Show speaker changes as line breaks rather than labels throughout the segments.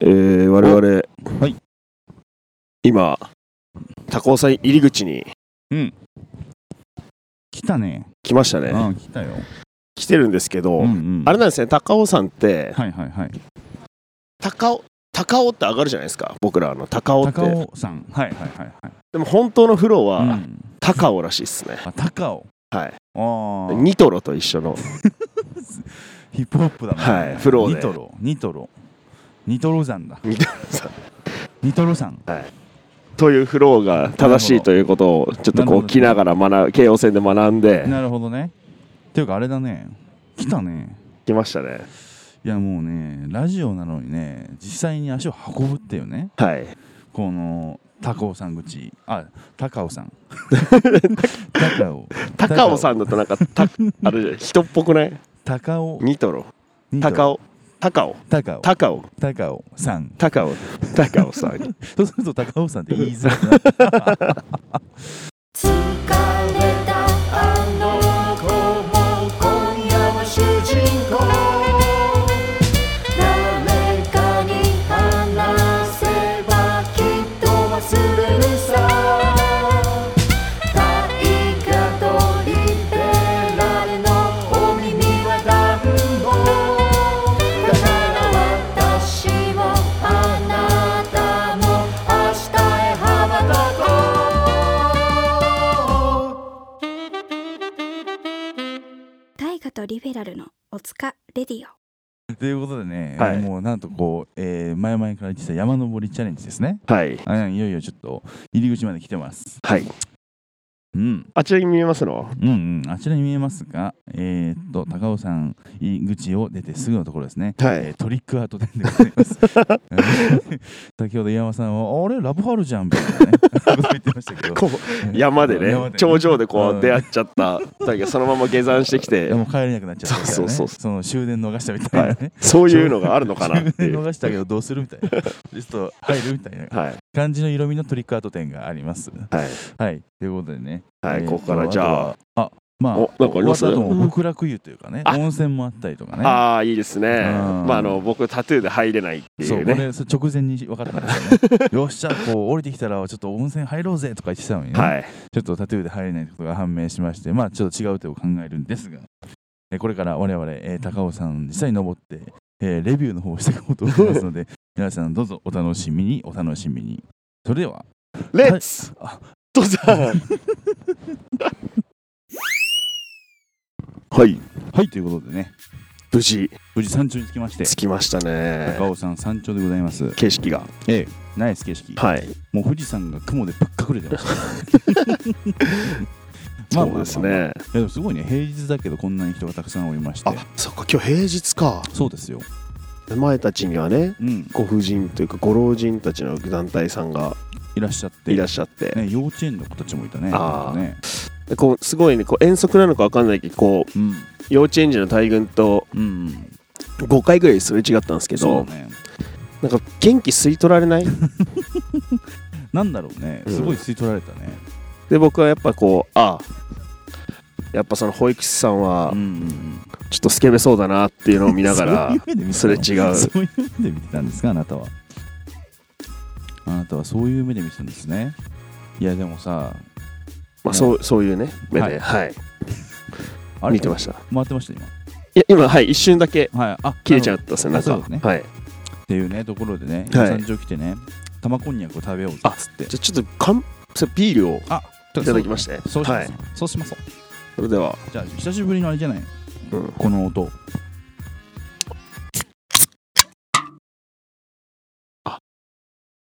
えー、我々、
はい
今高尾山入り口に
来たね。
来ましたね、
ああ、来たよ。
来てるんですけど、
うんうん。
あれなんですね高尾山って
はいはいはい。
高尾高尾って上がるじゃないですか僕らあの高尾って
高尾さん。はいはいはい
でも本当のフロ
はい。う
は
ん
高尾らしいですね、
あ、高尾。
はい
ああ。
ニトロと一緒の
ヒップホップだもんね。
はいフローで
ニトロ、ニトロ。ニトロ山だ。
ニトロ山
ニトロ山。
というフローが正しいということをちょっとこう来ながら学京王線で学んで
なるほどね。っていうかあれだね。来たね。
来ましたね
いやもうね、ラジオなのにね、実際に足を運ぶっていうね。
はい
この高尾さん口。あ、高尾 さん。高尾。
高尾さんだとなん かたあれじゃん人っぽくない
高尾。
ニトロ高
尾。
尾高尾
高尾。
高尾
高尾さん。
高尾高尾さん
そうすると高尾さんって言いづらくなる
「疲れたあの子も今夜は主人公」「誰かに話せばきっと忘れるさ」「大河とリベラルのお耳は暖房」「だから私もあなたも明日へ羽ばたこう」
大河とリベラルのおつかレディオ
ということで ね、
はい
もうなんとこう、えー前々から言ってた山登りチャレンジですね。
はい
あいよいよちょっと入り口まで来てます。
はい
うん、
あちらに見えますのは
うん、うん、あちらに見えますが、えーっと、高尾山入り口を出てすぐのところですね。
はい
えートリックアート店でござい ます。うん先ほど山さんは、あれ、ラブハルじゃんみたい なね、そういうこと言ってましたけど。
こう山でね頂上でこ
ん
う出会っちゃっただけどそのまま下山してき
い
て
やもう帰れなくなっちゃったみたいな
そう
ね
そうそう
その終電逃したみたいなね、
そういうのがあるのかなっ
終
てい
電
う
逃したけどどうするみたいなちょっと入るみたいな
はい
感じの色味のトリックアート店があります
はい
はいということでね
は
え
い
ー
こ
と
こからじゃあ
とはあまあ
おなんかあります
終わった後も極楽湯というかね
あ
温泉もあったりとかね
ああいいですね
うん
まああの僕タトゥーで入れないってい
そううこ
ね
れそれ直前に分かった んですよねよっしゃこう降りてきたらちょっと温泉入ろうぜとか言ってたのにね、
はい
ちょっとタトゥーで入れないことが判明しまして、まあ、ちょっと違う手を考えるんですが、えーこれから我々、えー高尾さん実際に登って、えーレビューの方をしていこうと思いますので、 皆さんどうぞお楽しみに、お楽しみに。それでは、
レッツ
あ
登山はい
はい、ということでね、
無事
無事山頂に着きまして、
着きましたね
高尾山山頂でございます。
景色が
ええ、ナイス景色。
はい
もう富士山が雲でぶっ隠れてました。 ま
そ
あまあまあまあ
うですね
いやでもすごいね、平日だけどこんなに人がたくさんおりまして
あ、そっか今日平日か
そうですよ。
前たちにはね
うん、
ご婦人というかご老人たちの団体さんが
いらっしゃって。
いらっしゃって、
ね、幼稚園の子たちもいたね。
あー
ね
でこうすごいねこう遠足なのか分かんないけどこう
うん、
幼稚園児の大群と
うん、
5回ぐらいすれ違ったんですけ
そ
ど、
うね。
なんか元気吸い取られ ない
なんだろうね、
うん
すごい吸い取られたね。
で僕はやっぱこうああやっぱその保育士さんは
うんうんうん
ちょっとスケベそうだなっていうのを見なが
そう
ら
いう目で見てたの
それ違う
そういう目で見てたんですか、あなたは。あなたはそういう目で見てたんですね。いや、でもさ、
まあ、そうそういうね目で、
は
はい
あれ
見てましたい
回ってました、
や今はい一瞬だけ
今。はい、あ
切れちゃ
う。
っ
な
た
る
んですよなんか
あそうですね
はい、
ほどっていうね、ところでね、
はい
山頂来てね、玉こんにゃくを食べようっ
あ
つって。
じゃあちょっとかんそれビールを
あ
いただきまして
そうし
は
ま
い
す、そうします。
それでは、
じゃあ、久しぶりのあれじゃない、
うん、
この音。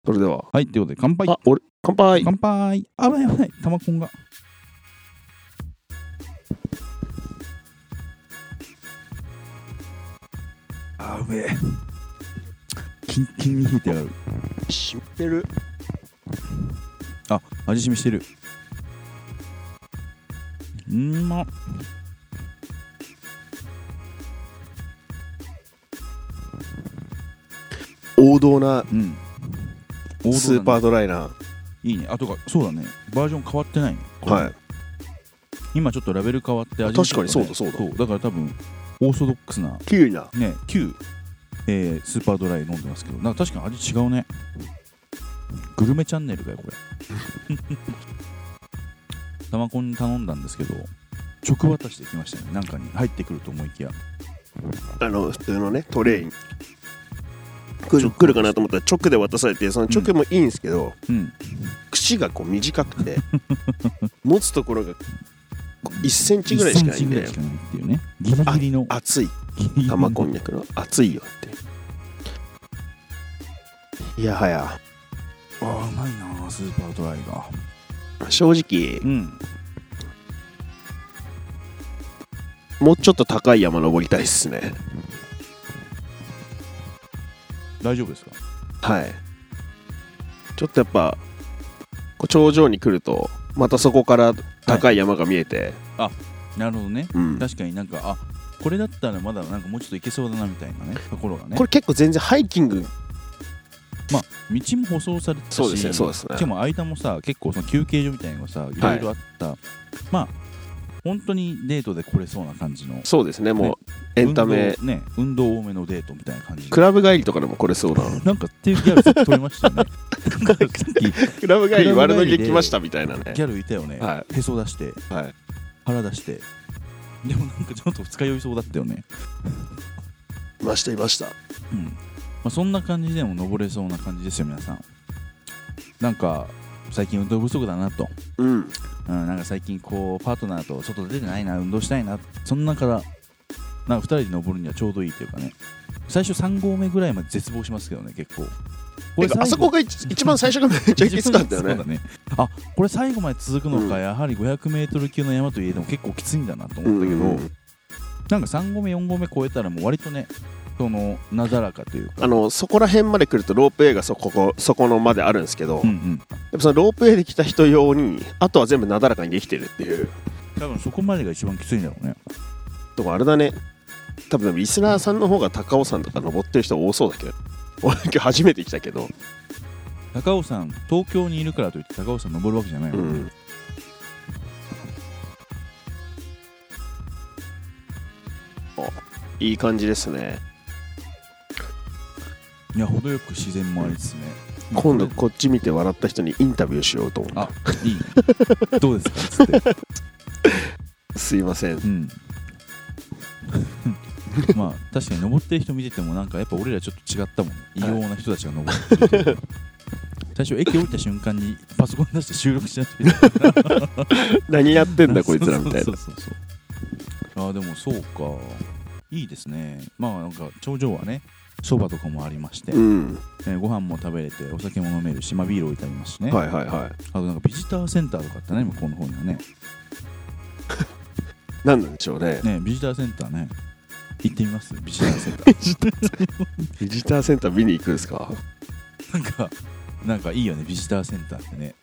それでは、
はい、ということで、乾杯。
あ俺乾杯
乾杯危ない危ない玉コンがあうめえキンキンに冷えてやがる
知ってる
あ味しみしてるうんまっ
王道な
うん王道だね
スーパードライな、
いいねあとかそうだねバージョン変わってないね
はい
今ちょっとラベル変わって味もちょっと
確
ね
かにそうだそうだ
そうだから多分オーソドックスな
キウイな
ね旧えースーパードライ飲んでますけどなんか確かに味違うねグルメチャンネルかよこれ タマコンに頼んだんですけど直渡してきましたねなんかに入ってくると思いきや
あの普通のねトレイに来る来るかなと思ったら直で渡されてその直もいいんですけど、
うん
口がこう短く て持つところが1センチぐらいしかないん
1センチぐ
で
らいしかないっていうねギリギリの
熱い
ギリギリの
玉こんにゃくの熱いよっていやはや
あーうまいなースーパードライが
正直
うん
もうちょっと高い山登りたいっすね
大丈夫ですか
はいちょっとやっぱこう頂上に来るとまたそこから高い山が見えて、
なるほどね
うん、
確かになんかあこれだったらまだなんかもうちょっといけそうだなみたいなねところがね
これ結構全然ハイキング
まあ道も舗装されてたし
そうですねそうですね
しかも間もさ結構その休憩所みたいなのがさいろいろあった、まあ本当にデートで来れそうな感じの
そうですねもうエンタメ
運動ね運動多めのデートみたいな感じ
クラブ帰りとかでもこれそう な
なんかっていうギャルさっき取れましたよ ねなんかさっきギ
クラブ
帰り
悪の毛来ましたみたいなね
ャルいたよね、
は
へそ出して
いはい
腹出してでもなんかちょっと二日酔いそうだったよね
いましたいました
うんまあ、そんな感じでも登れそうな感じですよ皆さんなんか最近運動不足だなと、
うん
うん、なんか最近こうパートナーと外出てないな運動したいなそんなからなんか2人で登るにはちょうどいいというかね最初3合目ぐらいまで絶望しますけどね結構こ
てかあそこ
が
が一一番最初がめっちゃきつか ったよね
あこれ最後まで続くのか、
うん
やはり 500m 級の山といえども結構きついんだなと
う
思
ん
ったけど、
うんうん
なんか3合目4合目超えたらもう割とねそのなだらかというか
あのそこら辺まで来るとロープウェイがそここそこのまであるんですけど、
うんう
やっ
ん
ぱそのロープウェイで来た人用にあとは全部なだらかにできてるっていう
多分そこまでが一番きついんだろうね
とかあれだね多分でもリスナーさんの方が高尾山とか登ってる人多そうだけど俺今日初めて来たけど、
高尾山東京にいるからといって高尾山登るわけじゃないも
うん
ね、
ん、おいい感じですね
いや程よく自然もありつつね
今度
こ
こっち見て笑った人にインタビューしようと思っ
あれいい ねどうですかっつって
たすいません
うん まあ確かに登ってる人見ててもなんかやっぱ俺らちょっと違ったもんね異様な人たちが登って る最初駅降りた瞬間にパソコン出して収録しなきゃいけない
何やってん だこいつらみたい
そ
な
うそうそうそうあーでもそうかいいですねまあなんか頂上はねそばとかもありまして、
うん
えーご飯も食べれてお酒も飲めるし、まあ、ビール置いてありますしね、
はいはいは
あとなんかビジターセンターとかあったね向こうの方にはね
いなんなんでしょうね
ねビジターセンターね行ってみますビジターセンタ
ビジターセンター見に行くんですか
ーなんかなんかいいよねビジターセンターってね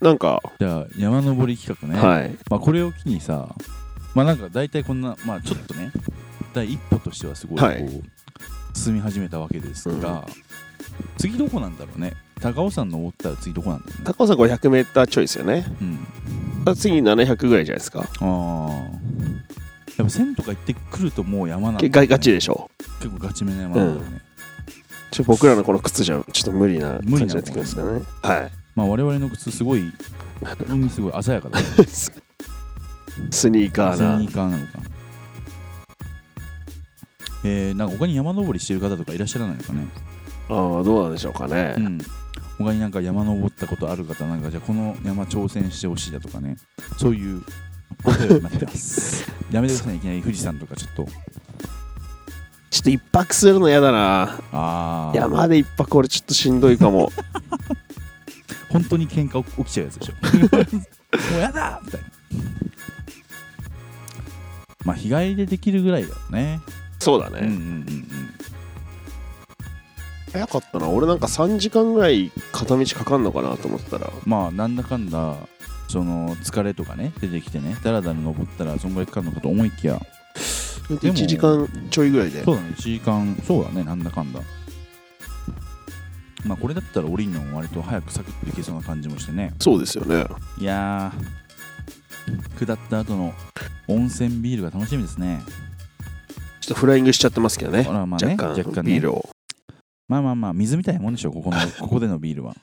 なんか、
じゃあ山登り企画ね、
はい
まあ、これを機にさまあなんか大体こんなまあちょっとね第一歩としてはすごいこう、
はい
進み始めたわけですが、次どこなんだろうね高尾山登ったら次どこなんだろうね、
高尾山 500m ちょいですよね
うん、
次700ぐらいじゃないですか
ああやっぱ線とか行ってくるともう山なんだ、ね、
ガガチでしょ
結構ガチめな山なんだよね、
ちょ僕らのこの靴じゃちょっと無理な感じ
無理
に
な
なってくるんですかねはい
まあ我々の靴すごい海すごい鮮やかだね
ススニーカ
ス
ー
ニーカーなのかえー、なんか他に山登りしてる方とかいらっしゃらないのかね
なああどうなんでしょうかね、
うん他になんか山登ったことある方なんかじゃあこの山挑戦してほしいだとかねそういうお便り待ってます やめてくださいねいきなり富士山とかちょっと
ちょっと一泊するの嫌だな
ああ
山で一泊俺ちょっとしんどいか も
本当に喧嘩起きちゃうやつで しょもうやだみたいなまあ日帰りでできるぐらいだよね
そうだ
うんうんう
ね、
んうん
早かったな俺なんか3時間ぐらい片道かかんのかなと思ってたら
まあなんだかんだその疲れとかね出てきてねだらだら登ったらそんぐらいかかるのかと思いきやで
1
も
時間ちょいぐらいで
そうだね1時間そうだねなんだかんだまあこれだったら降りるのも割と早くサクッといけそうな感じもしてね
そうですよね
いやー下った後の温泉ビールが楽しみですね
ちちょっとフライングしちゃってますけどね
ほらまあね
若干
若干ね
ビールを
まあまあまあ水みたいなもんでしょこ このここでのビールは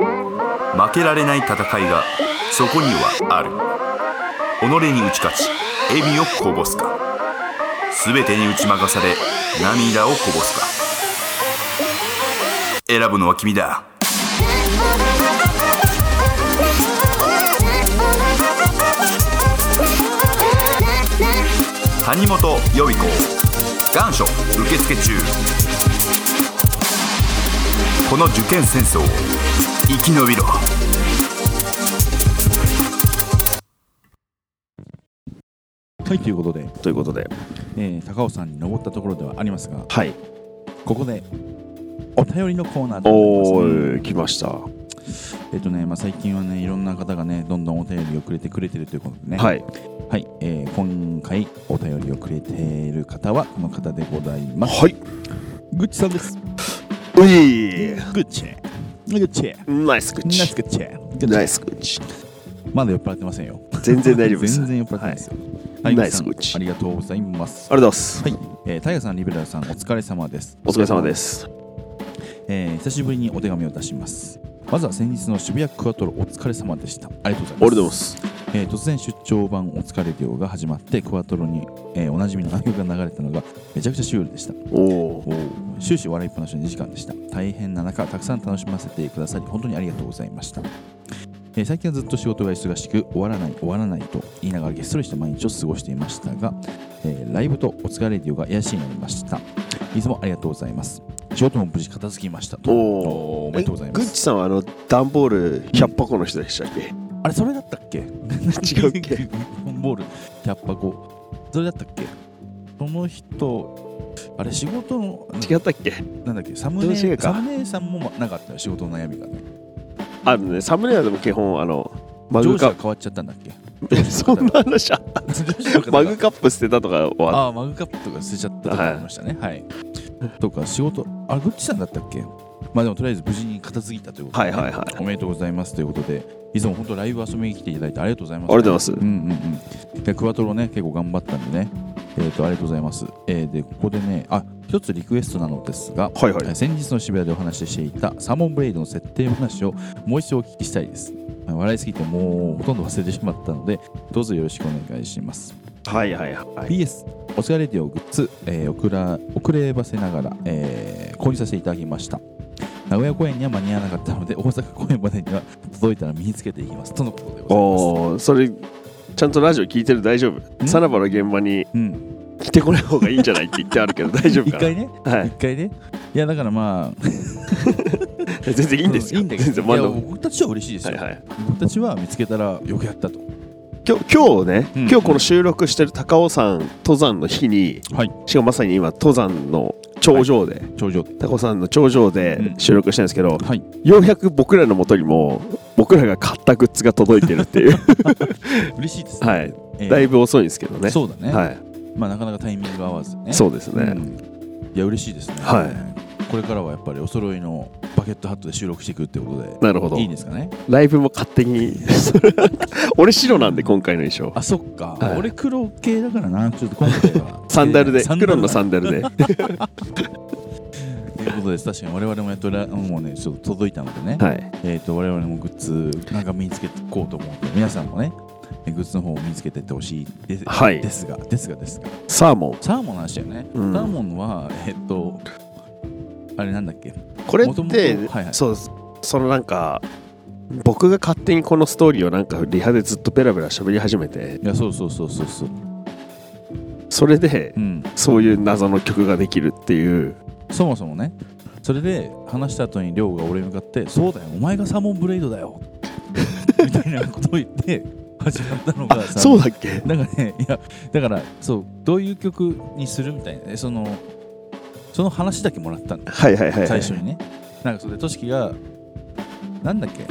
負けられない戦いがそこにはある己に打ち勝ち笑みをこぼすか全てに打ち負かされ涙をこぼすか選ぶのは君だ谷本予備校願書受付中この受験戦争を生き延びろ
はいということで、
ということで
えー高尾山に登ったところではありますが
はい
ここでお便りのコーナーと
お
なりますね
ー来ましたは
えっとね、まあ、最近はねいろんな方がねどんどんお便りをくれてくれてるということで
い
ねはい、えー今回お便りをくれている方はこの方でございます
はい
グッチさんです
うい
グッチグッチ
ナイスグッ
ナイ
チ
スグッチグッチ
ナイスグッチ
まだ酔っ払ってませんよ
全然大丈夫です
全然酔っ払ってないですよ、
はい
はいさん
ナイスグッチ
ありがとうございます
ありがとうございます
はい、えー、タイガさんリベラルさんお疲れ様です
お疲れ様です
えー久しぶりにお手紙を出しますまずは先日の渋谷クアトロお疲れ様でしたありがとう
俺で
ござい
も
ます
す
えー突然出張版お疲れ量が始まってクアトロに、えーおなじみの内容が流れたのがめちゃくちゃシュールでした
おおー
終始笑いっぱなしの2時間でした大変な中たくさん楽しませてくださり本当にありがとうございました、えー最近はずっと仕事が忙しく終わらない終わらないと言いながらげっそりした毎日を過ごしていましたが、えーライブとお疲れレディオが癒やしになりましたいつもありがとうございます仕事も無事片付きましたと
お
おめでとうございま
えグッ
す
チさんはあの段ボール100箱の人でしたっけ、
あれそれだったっけ違
違うっ け
ボール100箱それだったっけその人あれ仕事の
違ったっけ
なんだっけサムネ
どう違うか
サムネさんもなかったよ仕事の悩みがね
あのねサムネイルはでも基本あのマ
上
グ
司
カ
が
ッ
変わっちゃったんだっけ
プ そんな話あっ マグカップ捨てたとかは
ああマグカップとか捨てちゃったとかありましたねはい、とか仕事あれグッチさんだったっけまあでもとりあえず無事に片付いたということで、
はいはいはい
おめでとうございますということでいつも本当ライブ遊びに来ていただいてありがとうございます
ありがとうございます
うんうんうんでクワトロね結構頑張ったんでねえー、とありがとうございます、えーでここでねあ一つリクエストなのですが、
はいはい
えー先日の渋谷でお話ししていたサーモンブレイドの設定話をもう一度お聞きしたいです笑いすぎてもうほとんど忘れてしまったのでどうぞよろしくお願いします
はいはいはい。
PS お疲れレディオグッズ、えー遅ら遅ればせながら、えー購入させていただきました名古屋公演には間に合わなかったので大阪公演までには届いたら身につけていきますとのことでございます
おお、それ、ちゃんとラジオ聞いてる大丈夫
ん
さらばの現場に
うん、
来てこない方がいいんじゃないって言ってあるけど大丈夫
一
か
回ね、
なは
一
い。
回ね、いやだからまあ、
全 然いいんですよ。
ういいんだけど、
全然
い
まだ
や僕たちは嬉しいです
は
よ、
いはい。
僕たちは見つけたらよくやったと、
今日、今日ね、
うん
今日この収録してる高尾山登山の日に、
はい
しかもまさに今、登山の頂上で、
頂上
高尾山の頂上で
うん
収録してるんですけど、
はい、
ようやく僕らの元にも、僕らが買ったグッズが届いてるって いう、
嬉しいですね、
はい。
えー
だいぶ遅いんですけどね。
そうだね、
はい。
まあ、なかなかタイミング合わずね、
そうですね。
うんいや嬉しいですね、
は
これからはやっぱりお揃いのバケットハットで収録していくってことで
なるほど
いいんですかね
ライブも勝手 に俺白なんで今回の衣装
あそっか、
はい
俺黒系だからなちょっと今回は
サンダルで黒の
サ
サ
ン
ンダルで
ダルということです確かに我々もやっとらもうねちょっと届いたのでね、
はい
えっ、と我々もグッズなんか身につけていこうと思うので皆さんもねえグッズの方を身につけていってほしいです,、
はい
ですがですがですが
サーモン
サーモンの話だよね、
うん
サーモンはえっ、とあれなんだっけ
これっ
元々
て
はいはい
そうそのなんか僕が勝手にこのストーリーをなんかリハでずっとペラペラ喋り始めて
いやそうそうそうそうそう
それで
うん
そういう謎の曲ができるっていう
そもそもねそれで話した後に亮が俺に向かって「そうだよお前がサーモンブレイドだよ」 みたいなことを言って始まったの
あ
がさ
そうだっけ
なんかねいやだからそうどういう曲にするみたいなねそのその話だけもらったんだ
はいはいはいは
最
い
初にねなんかそれでとしきがなんだっけ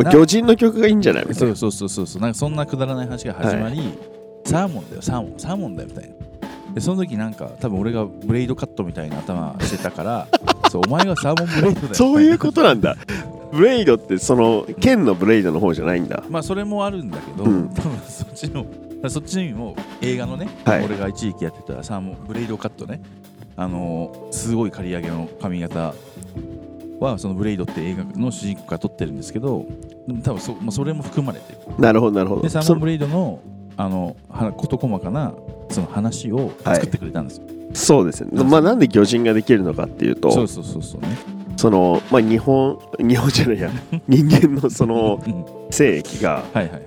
な
魚人の曲がいいんじゃないみた
そ
いう
そうそうそうそうなんかそんなくだらない話が始まり、サーモンだよサーモンサーモンだよみたいなでその時なんか多分俺がブレイドカットみたいな頭してたから そうお前がサーモンブレイドだよ
なそういうことなんだ
だ
ブレイドってその剣のブレイドの方じゃないんだ
まあそれもあるんだけど、
うん
多分そっちのらそっちにも映画のね、
はい
俺が一時期やってたサーモンブレイドカットねあのーすごい刈り上げの髪型はそのブレイドって映画の主人公から撮ってるんですけどでも多分そ,、まあ、それも含まれてる
なるほどなるほ
で
ど
サー
そ
モンブレイドのあのは事細かなその話を作ってくれたんですよ、
そうですね、まあ、なんで魚人ができるのかっていうと
そ
そう
そうそうそうね
の、まあ、日本日本じゃないや人間のその
うん
精液が
はいはいはい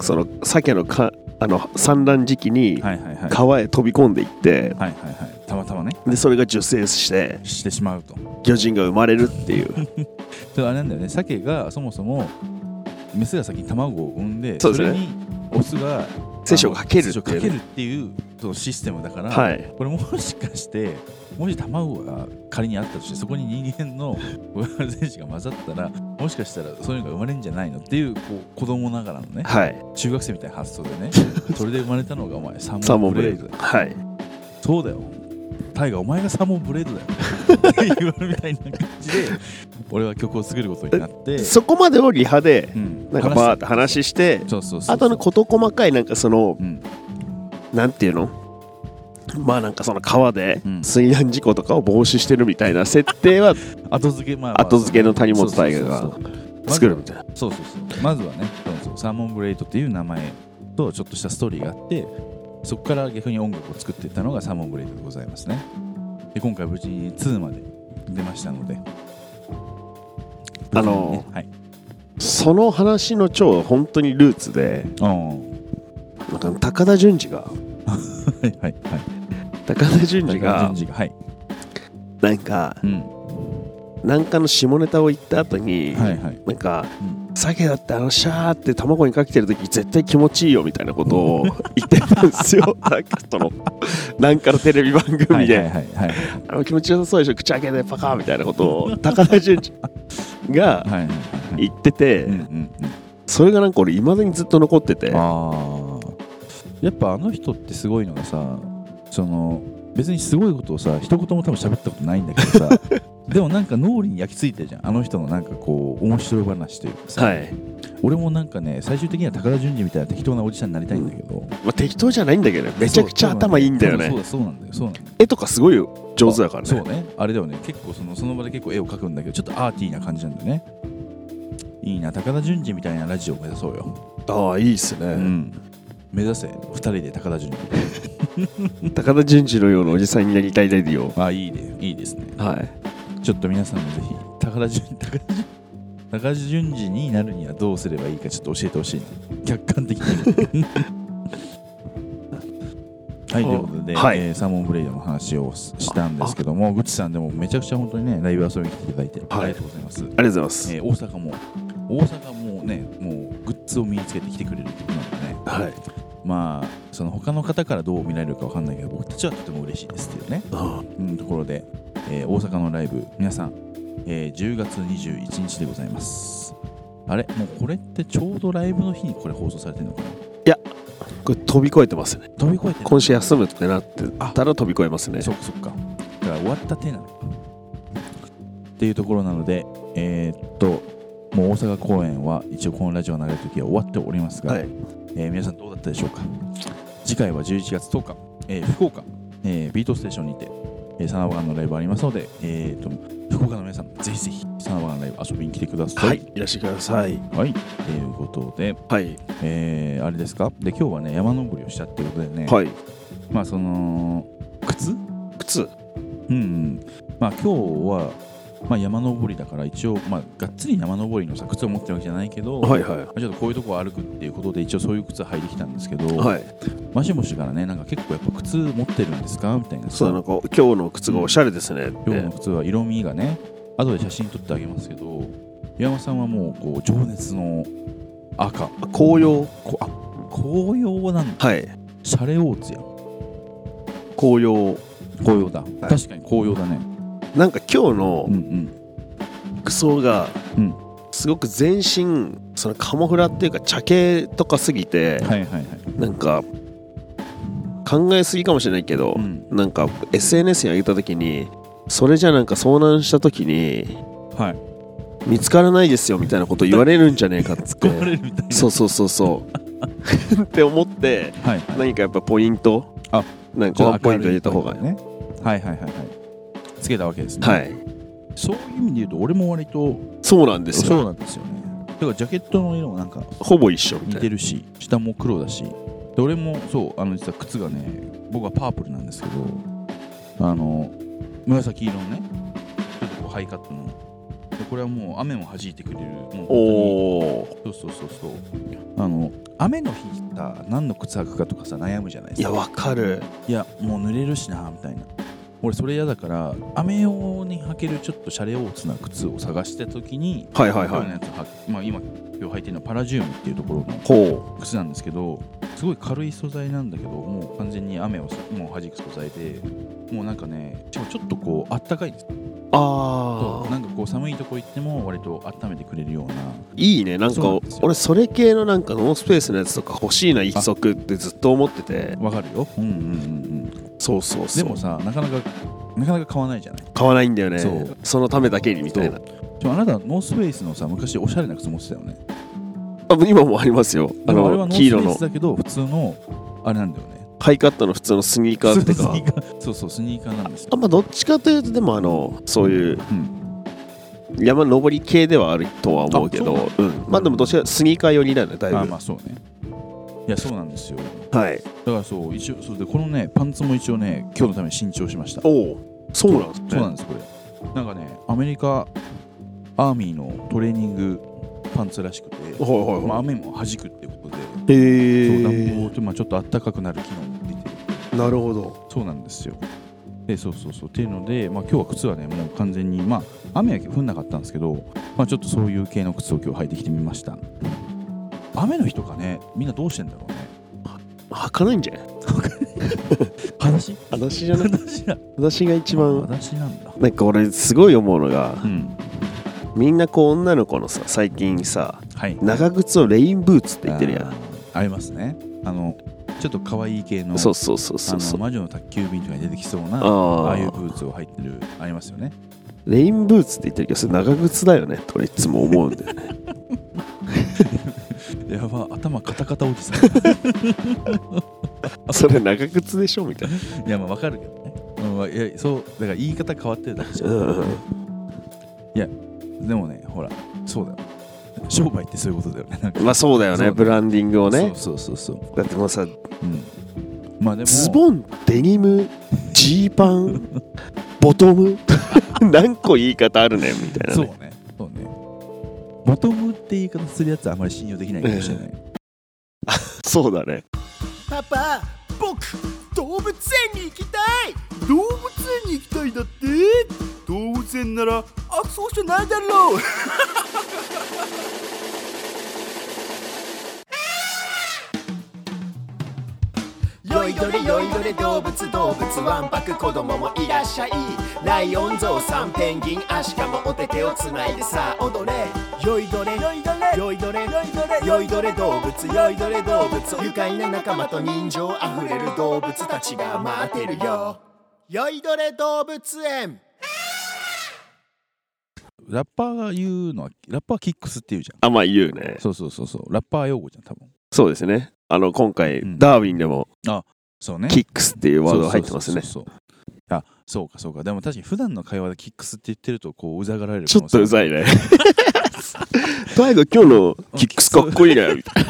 その鮭のかあの産卵時期に
はいはいはい
川へ飛び込んでいって
はいはいはいたまたまね
でそれが受精して
してしまうと
魚人が生まれるっていう
であれなんだよね鮭がそもそもメスが先に卵を産んで
そうですね
れにオスが
聖書をかけるっ
あの精子を
て
か
い
け
う
る
ね
っていうそのシステムだから、
はい
これもしかしてもし卵が仮にあったとしてそこに人間の 精子が混ざったらもしかしたらそういうのが生まれるんじゃないのっていうこう子供ながらのね
はい
中学生みたいな発想で ねそれで生まれたのがお前サ
サ
ー
ーモ
モン
ン
ブ
ブ
レ
レ
イ
イ
ド
ド
だよ
はい
そうだよタイガーお前がサーモンブレイド だよって言われるみたいな感じで俺は曲を作ることにな って
そこまでをリハで
うん
なんか
話した
バーって話して
そうそうそうそう
あとの事細かいなんかその
うん
なんていうのまあなんかその川で
うん
水難事故とかを防止してるみたいな設定 は
後付けまあまあ
後付けの谷本大我
そう
が
そうそう
作るみたいな
そうそうそうまずはねそうそうサーモンブレイドっていう名前とちょっとしたストーリーがあってそこから逆に音楽を作っていったのがサーモンブレイドでございますねで今回無事に2まで出ましたので
あの
はい
その話の超本当にルーツで
あー
なんか高田純次が
はいはいはい
高田純次
高田
が
純次がはい、
なんか
うん、
なんかの下ネタを言った後に
はいはい
なんか
うん
鮭だってあのシャーって卵にかけてる時絶対気持ちいいよみたいなこと を言ってたんですよなんかそのなんかのテレビ番
は
組
い
で
はいはいはい
あの気持ちよさそうでしょ口開けてパカーみたいなことを高田純次が
はいはいはい
言ってて、
うんうんうん
それがなんか俺いまだにずっと残ってては
ああやっぱあの人ってすごいのがさその別にすごいことをさ一言も多分喋ったことないんだけどさ でもなんか脳裏に焼き付いてるじゃんあの人のなんかこう面白い話というかさ、
い、
俺もなんかね最終的には高田純次みたいな適当なおじさんになりたいんだけど、
まあ、適当じゃないんだけどねめちゃくちゃ頭いいんだよ
そう
ね
だそうなんだよそうなんだよ
絵とかすごい上手だから
そう
ね
ねあれだよね結構そのその場で結構絵を描くんだけどちょっとアーティーな感じなんだよねいいな高田純次みたいなラジオを目指そうよ
ああいいっすね、
うん、目指せ2人で高田純次
高田純次のようなおじさんになりたいレディオ
あいいねいいですね
はい
ちょっと皆さんもぜひ高田純高田純高田純次になるにはどうすればいいかちょっと教えてほしいな客観的 にはいということで、
はい
えーサーモンブレイドの話をししたんですけどもぐちさんでもめちゃくちゃ本当にねライブ遊びに来ていただいて、ありがとうございます、
ありがとうございます、
えー大阪も大阪もねもうグッズを身につけて来てくれるってことなのでね
はい
まあその他の方からどう見られるかわかんないけど僕たちはとても嬉しいですっていうね、うん、ところで、えー大阪のライブ皆さん、えー10月21日でございますあれもうこれってちょうどライブの日にこれ放送されてるのかな
これ飛び越えてますね
飛び越えてる
今週休むってなってたら飛び越えますね
そっかそっかだから終わった手なのかっていうところなのでえーっともう大阪公演は一応このラジオが流れる時は終わっておりますが、
はい
えー皆さんどうだったでしょうか次回は11月10日、えー福岡、えービートステーションにて、えーサナバガンのライブありますので、えー、と福岡の皆さんぜひぜひサナバガンライブ遊びに来てくださ。
はいいいらしてください
はい、ということで、
はい
えーあれですかで今日はね山登りをしたってことでね、
はい
まあその靴うん、
靴
うん、まあ今日は、まあ、山登りだから一応、まあ、がっつり山登りのさ靴を持ってるわけじゃないけど、
はいは
まあちょっとこういうとこを歩くっていうことで一応そういう靴履いてきたんですけど、
いはい
マシモシからね、なんか結構やっぱ靴持ってるんですかみたいな。
そうだなんか今日の靴がおしゃれですねって
今日の靴は色味がね、後で写真撮ってあげますけど、岩間さんはもうこう情熱の赤。
紅葉
こあ紅葉なんだ。
はい
シャレオーツやん。
紅葉
紅葉だ。
い
確かに紅葉だね。
なんか今日の
うんうん。
服装が
うん
すごく全身そのカモフラっていうか茶系とかすぎて
はいはいはい。
なんか考えすぎかもしれないけど
うん。
なんか SNS に上げた時にそれじゃなんか遭難した時に
はい。
見つからないですよみたいなこと言われるんじゃねえかって
突っ 込 まれるみたいな
そうそうそうそう って思って
はい
何かやっぱポイント
あ
なんかワンポイント入れた方が
ねはいはいはいはいつけたわけですね、
はい
そういう意味で言うと俺も割と
そうなんです
そう
よ
なんですよねだからジャケットの色もなんか
ほぼ一緒み
似
た
て
い
るし下も黒だしで俺もそうあの実は靴がね僕はパープルなんですけどあの紫色のねちょっとこうハイカットのでこれはもう雨も弾いてくれるもう本
な
当に
おお
そうそうそうそうあの雨の日さ何の靴履くかとかさ悩むじゃないで
い
す
や
か
わかる
いやもう濡れるしなみたいな俺それ嫌だから雨用に履けるちょっとシャレオーツな靴を探してた時に
はいはい
今日
は
の
い
やつ履くまあ今今日履いてるのはパラジウムっていうところの
ほ
靴なんですけどすごい軽い素材なんだけどもう完全に雨をもう弾く素材でもうなんかねしかもちょっとこうあったかいんです
うあ
と
あ
なんかこう寒いとこ行っても割と温めてくれるようない
いねなんか
そうなんですよ
俺それ系のなんかノースペースのやつとか欲しいな一足ってずっと思ってて
わかるようんうんうんうん
そうそうそう
でもさなかなかなかなか買わないじゃない
買わないんだよね
そう
そのためだけにみたいな
でもあなたノースフェイスのさ昔おしゃれな靴持ってたよね
あ今もありますよあ
でもあれは
の
ノ
黄
ースフ
色
ェイ
の
スだけど普通のあれなんだよね
ハイカットの普通のスニーカーって
ス
か
ニーカーそうそうスニーカーなんですよ
あまあどっちかというとでもあのそういう
うん
山登り系ではあるとは思うけどう
あ
ん、まあでもどっちかスニーカー寄りだねだいぶ
あまあそうねいやそうなんですよ
はい
だからそう一応そうでこのねパンツも一応ね今日のために新調しました
おおそうなんですね
そうなんですこれなんかねアメリカアーミーのトレーニングパンツらしくて、
はいはいはい、
まあ、雨も弾くってことで、
へ
そう暖
え
房と、まあ、ちょっと暖かくなる機能も出てる
なるほど
そうなんですよでそうそうそうっていうので、まあ、今日は靴はねもう完全にまあ雨は降んなかったんですけど、まあ、ちょっとそういう系の靴を今日履いてきてみました雨の日とかねみんなどうしてんだろうね
履かないんじゃない
裸足
裸足じゃない
裸足だ
裸足が一番
裸足なんだ
なんか俺すごい思うのが
うん
みんなこう女の子のさ最近さ
はい
長靴をレインブーツって言ってるや
あ
ん
ーありますねあのちょっと可愛い系の
そうそうそうそうそ
あ
う
の魔女の宅急便とかに出てきそうなあ
あ
あ
あ
いうブーツを入ってるありますよね
レインブーツって言ってるけどそれ長靴だよねと俺いつも思うんだよね
やば頭カタカタおじさん
それ長靴でしょみたいない
やまあわかるけどね、うん、いやそうだから言い方変わってるだけじゃん
うん
でもねほらそうだよ商売ってそういうことだよねなんか
まあそうだよ
そう
ね
ね
ブランディングをね
そうそうそうそう
だってもうさ
うんまあでも
ズ
ン
ボンデニムジーパ ンボトム 何個言い方あるねみたいな
そう
ね
ねそうねボトムって言い方するやつはあまり信用できないかもしれない
そうだね
パパ僕動物園に行きたい動物園に行きたいだって動物園ならあそうじゃないだろう よいどれよいどれ動物動物わんぱく子供もいらっしゃいライオンゾウさんペンギンアシカもお手手をつないでさあ踊れよいどれよいどれよいどれよいどれ動物よいどれ動物愉快な仲間と人情あふれる動物たちが待ってるよよいどれ動物園
ラッパーが言うのはラッパーはキックスって言うじゃん
あまあ言うね
そうそうそうそうラッパー用語じゃん多分
そうですねあの今回、
うん
ダーウィンでも
そうね
キ
ッ
ックスっていうワードが入ってますね
そうそうそうそうあそうかそうかでも確かに普段の会話でキックスって言ってるとこううざがられる
ちょっとう
い
ざいね 大悟今日のキックスかっこいいねみたい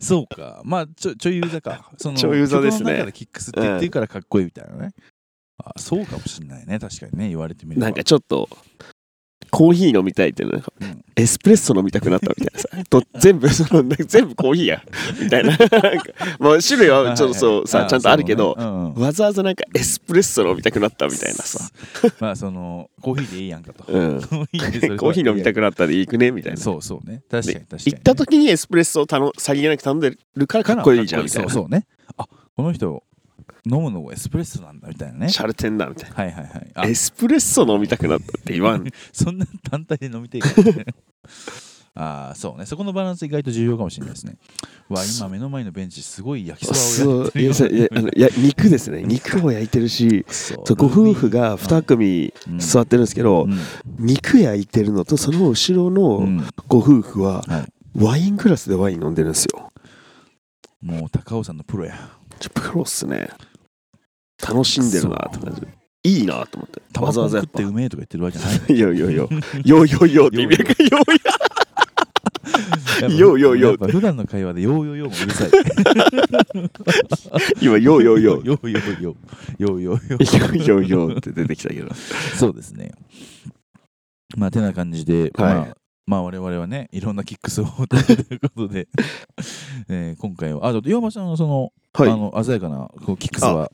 そうかまあちょちょいう ざかその
ちょいうざですね
曲の中でキックスって言ってるからかっこいいみたいなね、あそうかもしんないね確かにね言われてみれ
な
ば
なんかちょっとコーヒー飲みたいってなんか
うん
エスプレッソ飲みたくなったみたいなさと全部そのなんか全部コーヒーやみたいななんかまあ種類はちょっとそうさちゃんとあるけど、
はいはいあそうね
わざわざなんかエスプレッソ飲みたくなったみたいなさ、
うんうん まあそのコーヒーでいいやんかと、
うん
コーヒーでそれ
コーヒー飲みた
く
くなったで行くねみたいな
そうそうね確かに確かに、ね、
行った時にエスプレッソを頼さりげなく頼んでるからかっこいいじゃんみたいな
そうそうねあこの人飲むのもエスプレッソなんだみたいなね
シャルテンだみたい
はいはいはいあ
なエスプレッソ飲みたくなったって言わん
そんな単体で飲みたいからね ああそうねそこのバランス意外と重要かもしれないですねわ今目の前のベンチすごい焼きそば
そ
をやっ
う
て
い
る
や
よ
そういやあ のいや肉ですね肉を焼いてるし
そう
そうご夫婦が2組
うん
座ってるんですけど、
うん
肉焼いてるのとその後ろ
うん
のご夫婦は
はい
ワイングラスでワイン飲んでるんですよ
もう高尾さんのプロや
ちょプロっすね楽しんでるなって感じいいなと思って
タ
わ
バ
ざ
コ
わざや
食
っ
って
ぱ
うめえとか言ってるわけじゃない
いやいやいや よよよよって意味やからよ
やっぱ
ようようよう
やっぱ普段の会話でようようようもうるさい。
今よよよ
ようようようようよ うよ
よよよって出てきたけど
うそうですね。まあてな感じで、ま
はい
あまあ我々はねいろんなキックスを持ってるということで、 えー今回はあちょっと岩場さんのその,、
はい
あの鮮やかなこうキックスは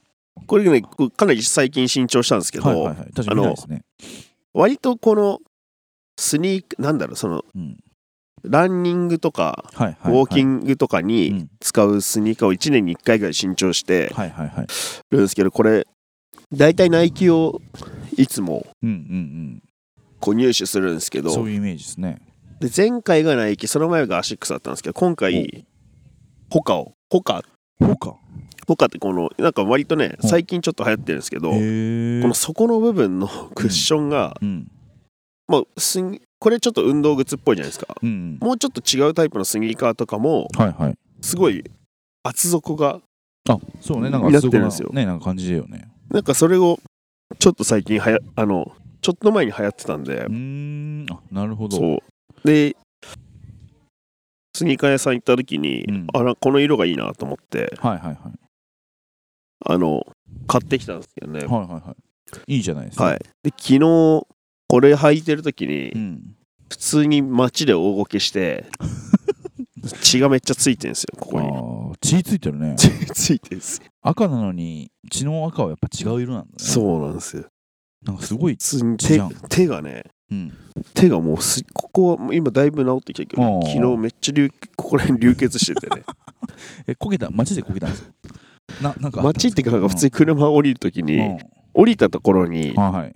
これねこうかなり最近新調したんですけど、
はいはいはい確かに見ないですね。
割とこのスニークなんだろうその
うん
ランニングとか
はい
ウ
はいはい
ォーキングとか
う
に
ん
使うスニーカーを1年に1回ぐらい新調して
はいはいはい。
るんですけどこれ大体ナイキをいつも
うんうん
こう入手するんですけ
うん。そう
ど
いうイメージですね。
で前回がナイキその前がアシックスだったんですけど今回ホカをホカ
ほか。
ホカってこのなんか割とね
うん
最近ちょっと流行ってるんですけど
へ
こ
え。
の底の部分のクッションが
うん
まあスニこれちょっと運動靴っぽいじゃないですか
うんうん。
もうちょっと違うタイプのスニーカーとかも
はいはい。
すごい厚底が
あそうねなん
にな
か
って
そ
る
こ
ん
な
ですよ
ねなんか感じだよね。
なんかそれをちょっと最近はやあのちょっと前に流行ってたんで
うーんあなるほど。
そうでスニーカー屋さん行った時に、
うん
あらこの色がいいなと思って
はいはいはい。
あの買ってきたんですよね
はいはいはい。いいじゃないですか。
はい。で昨日これ履いてる時に、
うん。
普通に街で大ごけして 血がめっちゃついてるんですよこ
あ
こに
ー血ついてるね。
血 ついてるんですよ
赤なのに血の赤はやっぱ違う色なんだね。う。
そうなんですよ
なんかすごい
普。通に
血
手
じゃん
手がね
うん。
手がもうすここは今だいぶ治ってきたけ
あ
ど
ー
昨日めっちゃ流ここら辺流血してて ね
え焦げた街で焦げたんですか。ななんかあたんです
街っていうかなんか普通に車降りるとき
うん
に降りたところに
うんあはい。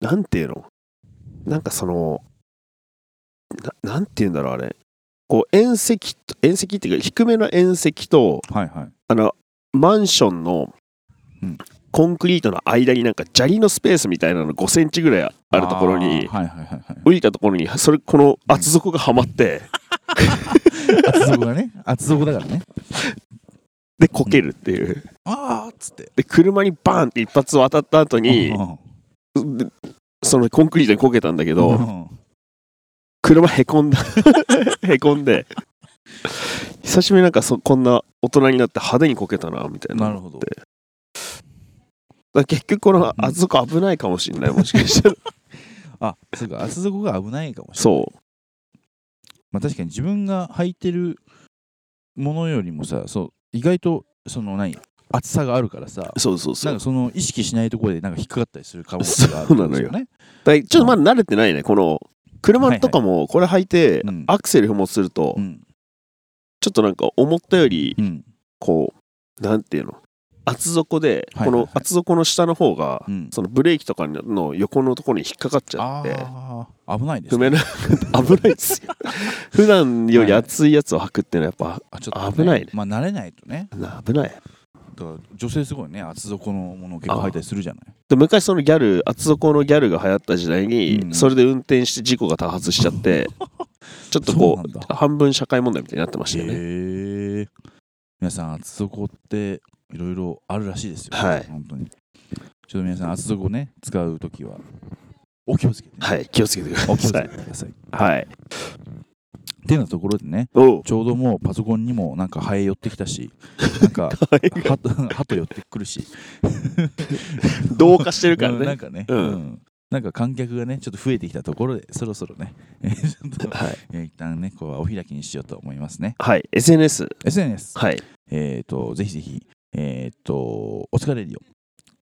なんていうのなんかそのななんていうんだろうあれこう縁石と縁石っていうか低めの縁石と
はいはい。
あのマンションの
うん
コンクリートの間になんか砂利のスペースみたいなの5センチぐらいあるところに
あーはいはいはいはい。
降りたところにそれこの厚底がはまって
厚底 がね。厚底だからね。
でこけるっていう。
ああっつって。
で車にバーンって一発当たった後に
うん
でそのコンクリートにこけたんだけ
う
ど
ん
車へこんだ へこんで久しぶりになんかそこんな大人になって派手にこけたなみたいな
なるほど
だから結局このあそこ危ないかもしれないもしか したら
あそうか厚底が危ないかもしれない。
そ
まあ、確かに自分が履いてるものよりもさそう意外とその何厚さがあるからさ
うそうそう
な
そ
ん
う
かその意識しないところでなんか引っかかったりする可能性がある
そうなのよ
ね。
だからちょっとまだ慣れてないねこの車とかもこれ履いて
うん
アクセル踏もうとすると
うん
ちょっとなんか思ったより
うん
こうなんていうの厚底で
はい
こ
はいはい
の厚底の下の方が
うん
そのブレーキとかの横のところに引っかかっちゃって
ああ危ないです
踏
ね。
めな 危ないです よ普段より厚いやつを履くってのはやっ
あちょっと、
危ないね
まあ慣れないとね。
ぱな危ない
だから女性すごいね厚底のものを結構履いたりするじゃない。
で昔そのギャル厚底のギャルが流行った時代
う
に
ん
それで運転して事故が多発しちゃって ちょっと
そうな
こ
ん
う
だ
半分社会問題みたいになってましたよね
へえ。皆さん厚底っていろいろあるらしいですよ。
はい
本当に。ちょっと皆さん厚底ね使うときはお気をつけて、ね。
はい気をつけてく
お
だ
気をつ
さ
け
い
てください。
はい
っていうようなところでね
おう
ちょうどもうパソコンにもなんかハエ寄ってきた しなんかハト ハト寄ってくるし
同化してるから
うんなん
ね
かね、
うん
なんか観客がねちょっと増えてきたところでそろそろね えーちょっと、
はい
えー一旦ねこうお開きにしようと思いますね
はい SNS
SNS
はい
えっ、とぜひぜひえっ、とお疲れるよ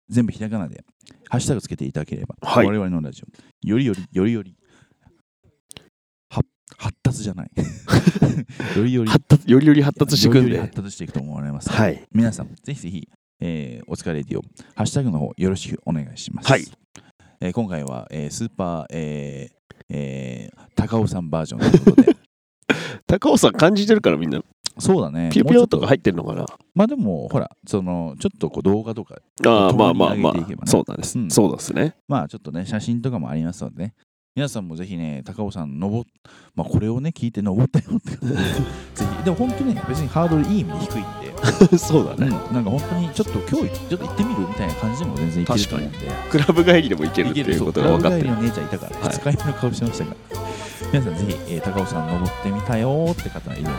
全部ひらがなでハッシュタグつけていただければ、
はい
我々のラジオよりよりよりよりは発達じゃ ないよりより
発達よりより発達していくん
よりより
で
発達していくと思われます、
はい
皆さんぜひぜひ、えーお疲れディオハッシュタグの方よろしくお願いします、
はい
えー今回は、えースーパー、えーえー高尾さんバージョンということで
高尾さん感じてるからみんな
そうだね
ピヨピヨとか
もうちょっ
入ってるのかな
まあでもほらそのちょっとこう動画とか
ああ
と
ま
も
あ
に
まあま
上げていけば
あ
ね
そうなんです、
うん
そうです ね
まあちょっとね写真とかもありますので、ね、皆さんもぜひね高尾さん登っ、まあ、これをね聞いて登った よってぜひでも本当にね別にハードルいい意味で低いんで、
そうだ
うん、なんか本当にちょっと今日ちょっと行ってみるみたいな感じでも全然いけると思うんで
クラブ帰りでも行けるっていうことが分かって
る
る
の姉ちゃんいたから
はい
二日酔いの顔してましたから、皆さんぜひ、えー高尾山登ってみたよーって方いれば、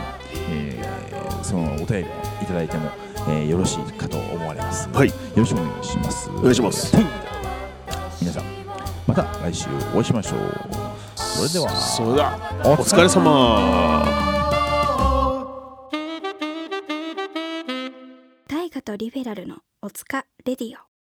えーそのお便りをいただいても、えーよろしいかと思われます
はい
よろしくお願いしますお
願いします
ということで皆さんまた来週お会いしましょうそれでは
それでは
お
お疲れ様
大河とリベラルのおつかレディオ